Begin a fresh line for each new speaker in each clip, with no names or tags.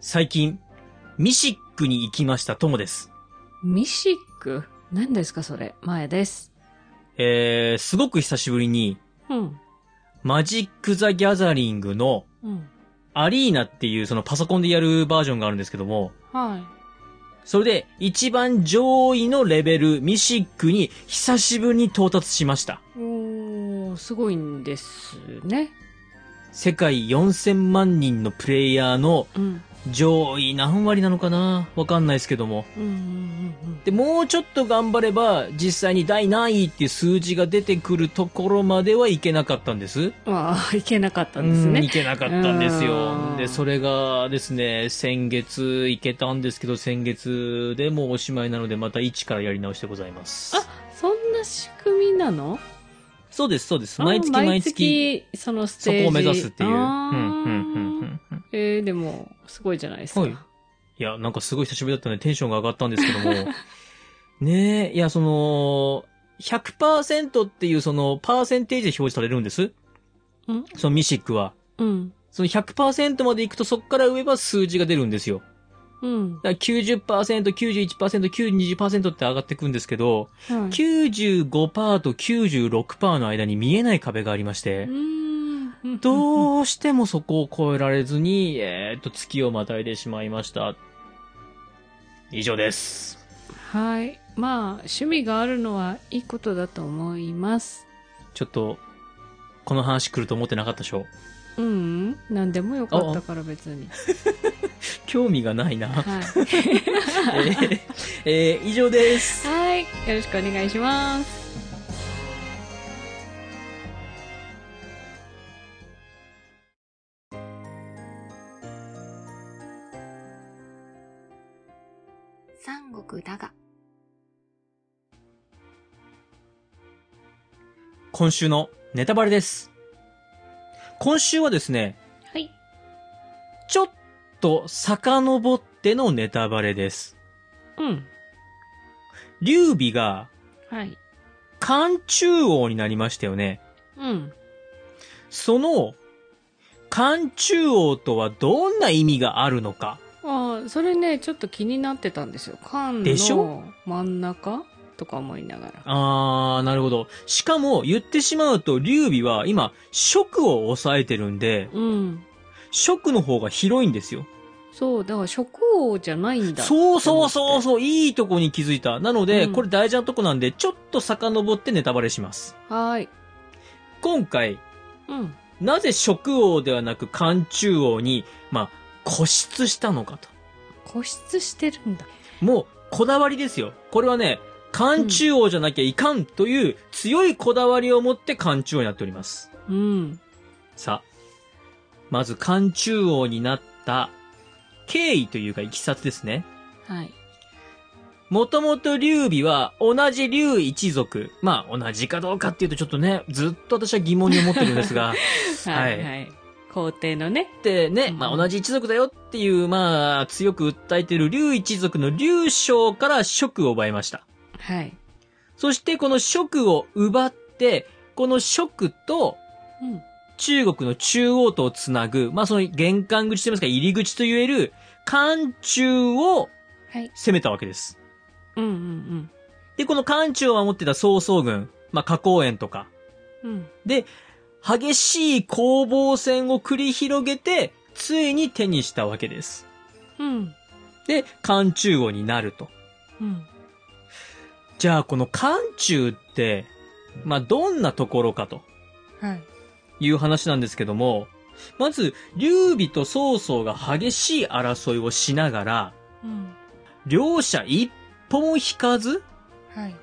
最近、ミシックに行きましたともです。
ミシック何ですかそれ。前です。
えー、すごく久しぶりに、
うん。
マジック・ザ・ギャザリングの
うん。
アリーナっていうそのパソコンでやるバージョンがあるんですけども、
はい。
それで一番上位のレベル、ミシックに久しぶりに到達しました。
おー、すごいんですね。
世界4000万人のプレイヤーの
うん。
上位何割なのかなわかんないですけども。
うんうんうん
で、もうちょっと頑張れば、実際に第何位っていう数字が出てくるところまではいけなかったんです。
うん。まあ、いけなかったんです
うん
ね
い。けなかったんですよ
う。ん
で、それがですね、先月いけたんですけど、先月でもうおしまいなので、また一からやり直しでございます。
そんな仕組みなの
そうです、そうです。毎月
あ
毎月、
毎月、そのス
そこ
テージ。
を目指すっていう。うん
あー
うんうんうんうん
えー、でも、すごいじゃないですか。
はいいや、なんかすごい久しぶりだったのでテンションが上がったんですけども。 ねえ、いや、その、100%っていうその、パーセンテージで表示されるんです。
うん
そのミシックは。
うん。
その100%まで行くとそっから上は数字が出るんですよ。
うん。
だから90%、91%、92%って上がってくんですけど、
はい
95%と96%の間に見えない壁がありまして
う、ーん。うん
どうしてもそこを超えられずに、えーっと、月をまたいでしまいました。以上です。
はい。まあ、趣味があるのはいいことだと思います。
ちょっと、この話来ると思ってなかったでしょ
うん、うん。何でもよかったから別に。
興味がないな。
はい。
えーえー以上です。
はい。よろしくお願いします。
三国だが、
今週のネタバレです。今週はですね、
はい。
ちょっと遡ってのネタバレです。
うん。
劉備が
はい。
漢中王になりましたよね。
うん。
その、漢中王とはどんな意味があるのか。
ああ、それね、ちょっと気になってたんですよ。缶
でし
の真ん中とか思いながら。
あー、なるほど。しかも言ってしまうと、劉備は今、職を抑えてるんで、
うん。
職の方が広いんですよ。
そう、だから食王じゃないんだ。
そうそうそう
う。
そう、いいとこに気づいた。なので、
うん
これ大事なとこなんで、ちょっと遡ってネタバレします。
はーい。
今回、
うん。
なぜ職王ではなく漢中王に、まあ、固執したのかと。
固執してるんだ。
もう、こだわりですよ。これはね、漢中王じゃなきゃいかんという強いこだわりを持って漢中王になっております。
うん。
さあ、まず漢中王になった経緯というか行きさつですね。
はい。
もともと劉備は同じ劉一族。まあ同じかどうかっていうとちょっとね、ずっと私は疑問に思ってるんですが。
はい、はい。皇帝のね。
でね、まあ同じ一族だよっていう、まあ強く訴えてる劉一族の劉将から職を奪いました。
はい。
そしてこの職を奪って、この職と
うん。
中国の中央とをつなぐ、まあその玄関口といいますか入り口と言える漢中を
はい。
攻めたわけです。
うんうん
で、この漢中を守ってた曹操軍、まあ花公園とか、
うん。うん。
で、激しい攻防戦を繰り広げて、ついに手にしたわけです。
うん。
で、漢中王になると。
うん。
じゃあ、この漢中って、まあ、どんなところかと
はい。
いう話なんですけども、まず、劉備と曹操が激しい争いをしながら、
うん。
両者一歩も引かず、
はい。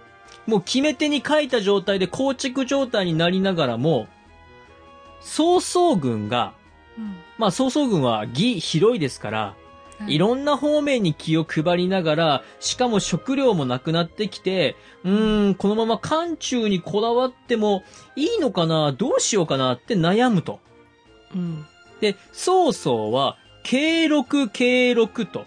もう決め手に書いた状態で膠着状態になりながらも、曹操軍が、
うん。
まあ、曹操軍は義広いですから、いろんな方面に気を配りながら、しかも食料もなくなってきて、うーん、このまま漢中にこだわってもいいのかな、どうしようかなって悩むと。
うん。
で、曹操は、軽六軽六と。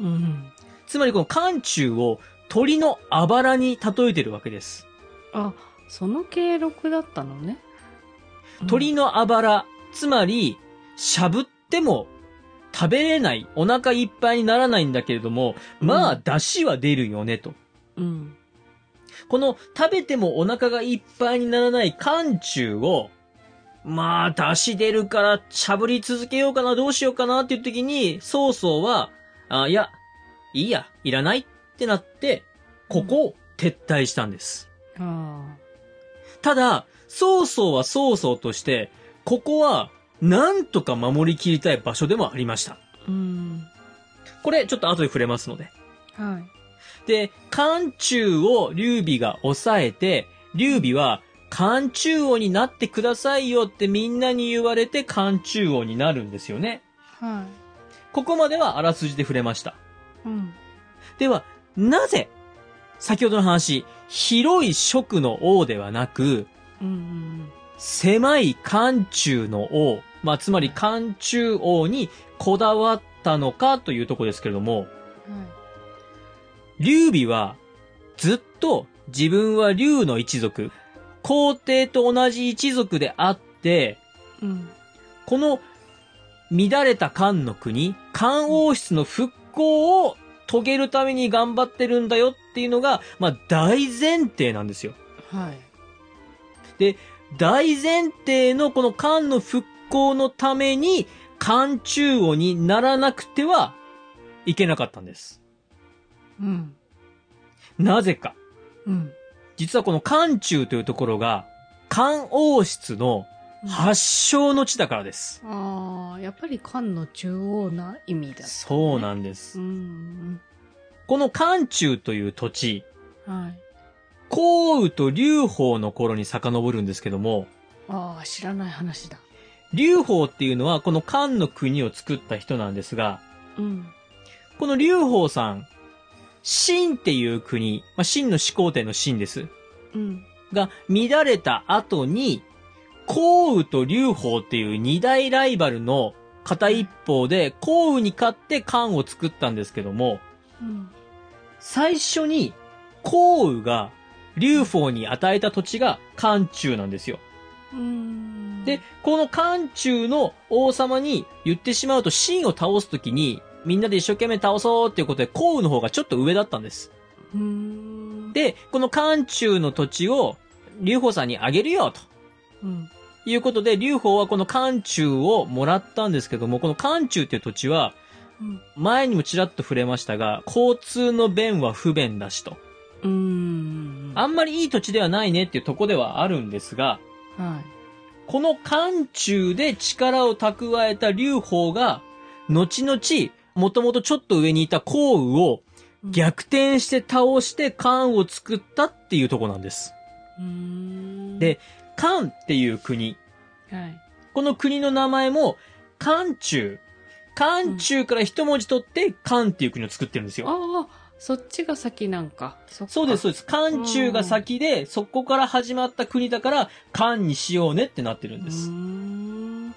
うん。
つまりこの漢中を鳥のあばらに例えてるわけです。
あ、その経録だったのね。
鳥
の、
のあばら、つまり、しゃぶっても食べれない、お腹いっぱいにならないんだけれども、まあ、
うん
出汁は出るよね、と。
うん。
この、食べてもお腹がいっぱいにならない缶中を、まあ、出汁出るから、しゃぶり続けようかな、どうしようかなっていう時に、曹操は、あ、いや、いいや、いらないってなって、ここを撤退したんです。
あ
ただ、曹操は曹操として、ここは、なんとか守りきりたい場所でもありました。
あ。うん。
これ、ちょっと後で触れますので。
はい。
で、漢中を劉備が抑えて、劉備は漢中王になってくださいよってみんなに言われて漢中王になるんですよね。
は
ここまではあらすじで触れました。
い。うん。
では、なぜ、先ほどの話、広い職の王ではなく、
うんうん
狭い漢中の王、まあ、つまり漢中王にこだわったのかというところですけれども、
うん。はい。
劉備は、ずっと自分は劉の一族、皇帝と同じ一族であって、
うん。
この乱れた漢の国、漢王室の復興を遂げるために頑張ってるんだよっていうのが、まあ大前提なんですよ。
はい。
大前提のこの漢の復興のために、漢中王にならなくてはいけなかったんです。
うん。
なぜか。
うん。
実はこの漢中というところが、漢王室の発祥の地だからです。
ああ、やっぱり漢の中央な意味だ。
そうなんです。
うん。
この漢中という土地、
うんはい。
項羽と劉邦の頃に遡るんですけども、
ああ、知らない話だ。
劉邦っていうのはこの漢の国を作った人なんですが、
うん。
この劉邦さん、秦っていう国、まあ、秦の始皇帝の秦です。
うん。
が乱れた後に、項羽と劉邦っていう二大ライバルの片一方で、項羽に勝って漢を作ったんですけども、
うん。
最初に項羽が劉邦に与えた土地が漢中なんですよ。
うん。
で、、この漢中の王様に言ってしまうと、秦を倒すときに、みんなで一生懸命倒そうっていうことで、項羽の方がちょっと上だったんです。
うん。、
で、この漢中の土地を劉邦さんにあげるよと。
うん。
ということで、劉邦はこの漢中をもらったんですけども、この漢中っていう土地は、
うん。
前にもちらっと触れましたが、交通の便は不便だしと。
うん。
あんまりいい土地ではないねっていうとこではあるんですが、
はい。
この漢中で力を蓄えた劉邦が、後々、もともとちょっと上にいた項羽を逆転して倒して漢を作ったっていうとこなんです。
うん。
で、漢っていう国、
はい。
この国の名前も、漢中。漢中から一文字取って、漢っていう国を作ってるんですよ。
ああ、そっちが先なんか。そっか
そうです、。そうです。漢中が先で、そこから始まった国だから、漢にしようねってなってるんで
う
す。
ん。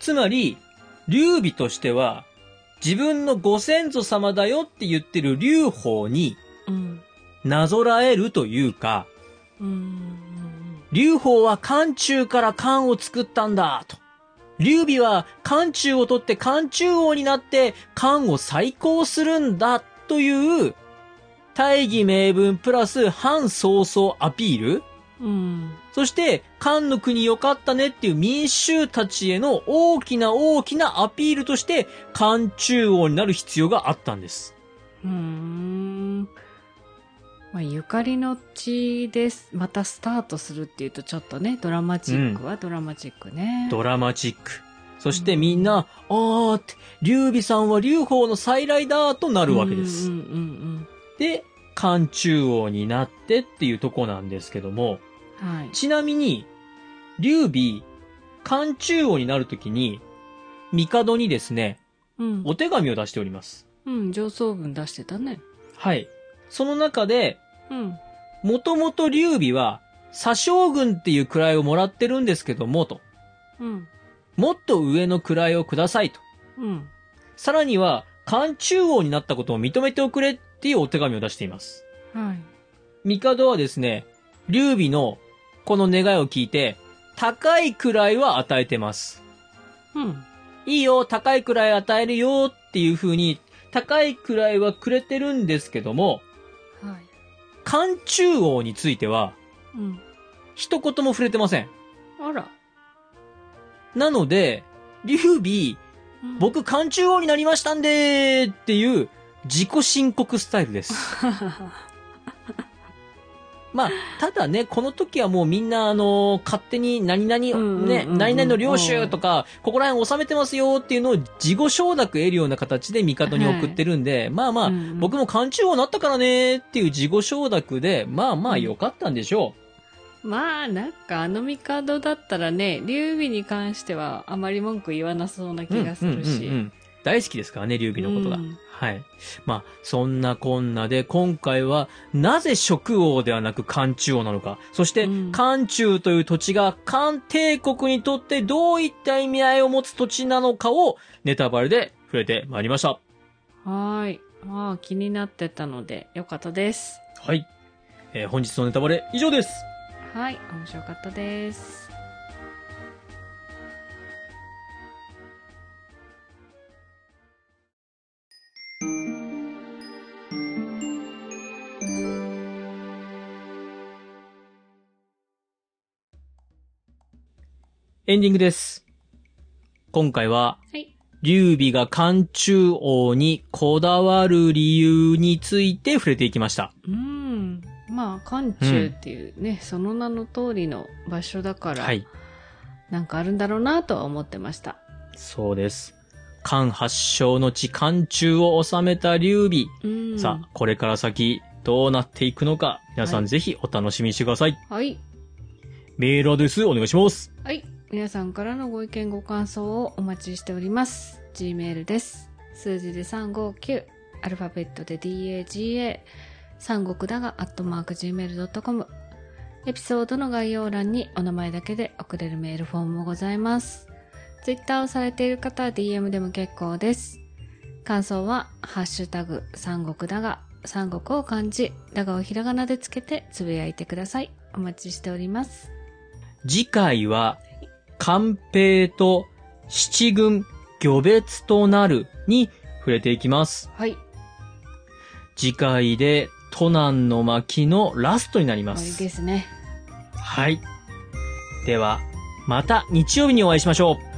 つまり、劉備としては、自分のご先祖様だよって言ってる劉邦に、
うん。
なぞらえるというか、
うん。
劉邦は漢中から漢を作ったんだ、と。劉備は漢中を取って漢中王になって漢を再興するんだ、という、大義名分プラス反曹操アピール
うん。
そして、漢の国良かったねっていう民衆たちへの大きな大きなアピールとして、漢中王になる必要があったんです。
うん。まあ、ゆかりの地です。またスタートするっていうと、ちょっとね、ドラマチックはドラマチックね。
ドラマチック。そしてみんな、あーって、劉備さんは劉邦の再来だ、とな
あ
るわけです
うん。うん
で、漢中王になってっていうとこなんですけども、
うん。はい。
ちなみに、劉備、漢中王になるときに、帝にですね、
うん
お手紙を出しております。
うん、上層文出してたね。
はい。その中で、
うん。
もともと劉備は、左将軍っていう位をもらってるんですけども、と。
うん。
もっと上の位をくださいと。
うん。
さらには、漢中王になったことを認めておくれっていうお手紙を出しています。
はい。
帝はですね、劉備のこの願いを聞いて、高い位は与えてます。
うん。
いいよ、高いくらい与えるよっていう風に、高いくらいはくれてるんですけども、
はい。
寒中王については、
うん。
一言も触れてません。
あら。
なので、劉備、
うん、
僕寒中王になりましたんでーっていう、自己申告スタイルです。まあ、ただね、この時はもうみんな、あのー勝手に何々、ね、
うんうんうんうん
何々の領主とか、ここら辺収めてますよっていうのを自己承諾得るような形で味方に送ってるんで、まあまあ、
うんうん
僕も勘中王になったからねっていう自己承諾で、まあまあ良かったんでしょ
まあ、なんかあの帝だったらね、劉備に関してはあまり文句言わなそうな
う。
気がする
うんうんうんう
し。
ん大好きですからね、劉備のことが。
うん
はい。まあ、そんなこんなで、今回は、なぜ職王ではなく漢中王なのか、そして
うん、
漢中という土地が漢帝国にとってどういった意味合いを持つ土地なのかを、ネタバレで触れてまいりました。
はーい。まあ、気になってたので、よかったです。
はい。えー本日のネタバレ、以上です。
はい。面白かったです。
エンディングです。今回は、
はい。
劉備が漢中王にこだわる理由について触れていきました。
うん。まあ、漢中っていうね、その名の通りの場所だから、
はい。
なんかあるんだろうなとは思ってました。
そうです。漢発祥の地漢中を治めた劉備。
うん。
さあ、これから先、どうなっていくのか、皆さ
は
ん
い
ぜひお楽しみにしてください。
はい。
メールアドレスお願いします。
はい。皆さんからのご意見、ご感想をお待ちしております。Gmail です。数字で359、アルファベットで DAGA、三国だが、アットマーク Gmail.com。エピソードの概要欄にお名前だけで送れるメールフォームもございます。Twitter をされている方は DM でも結構です。感想は、ハッシュタグ、三国だが、三国を漢字、だがをひらがなでつけてつぶやいてください。お待ちしております。
次回は、官兵と七軍、魚別となるに触れていきます。
はい。
次回で、都南の巻のラストになりま
終わり
す。
ですね。
はい。では、また日曜日にお会いしましょう。